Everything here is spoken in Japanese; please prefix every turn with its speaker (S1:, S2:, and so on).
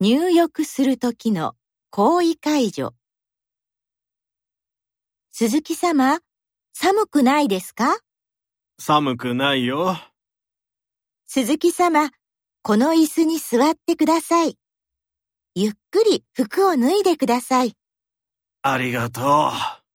S1: 入浴する時の行為解除。鈴木様、寒くないですか
S2: 寒くないよ。
S1: 鈴木様、この椅子に座ってください。ゆっくり服を脱いでください。
S2: ありがとう。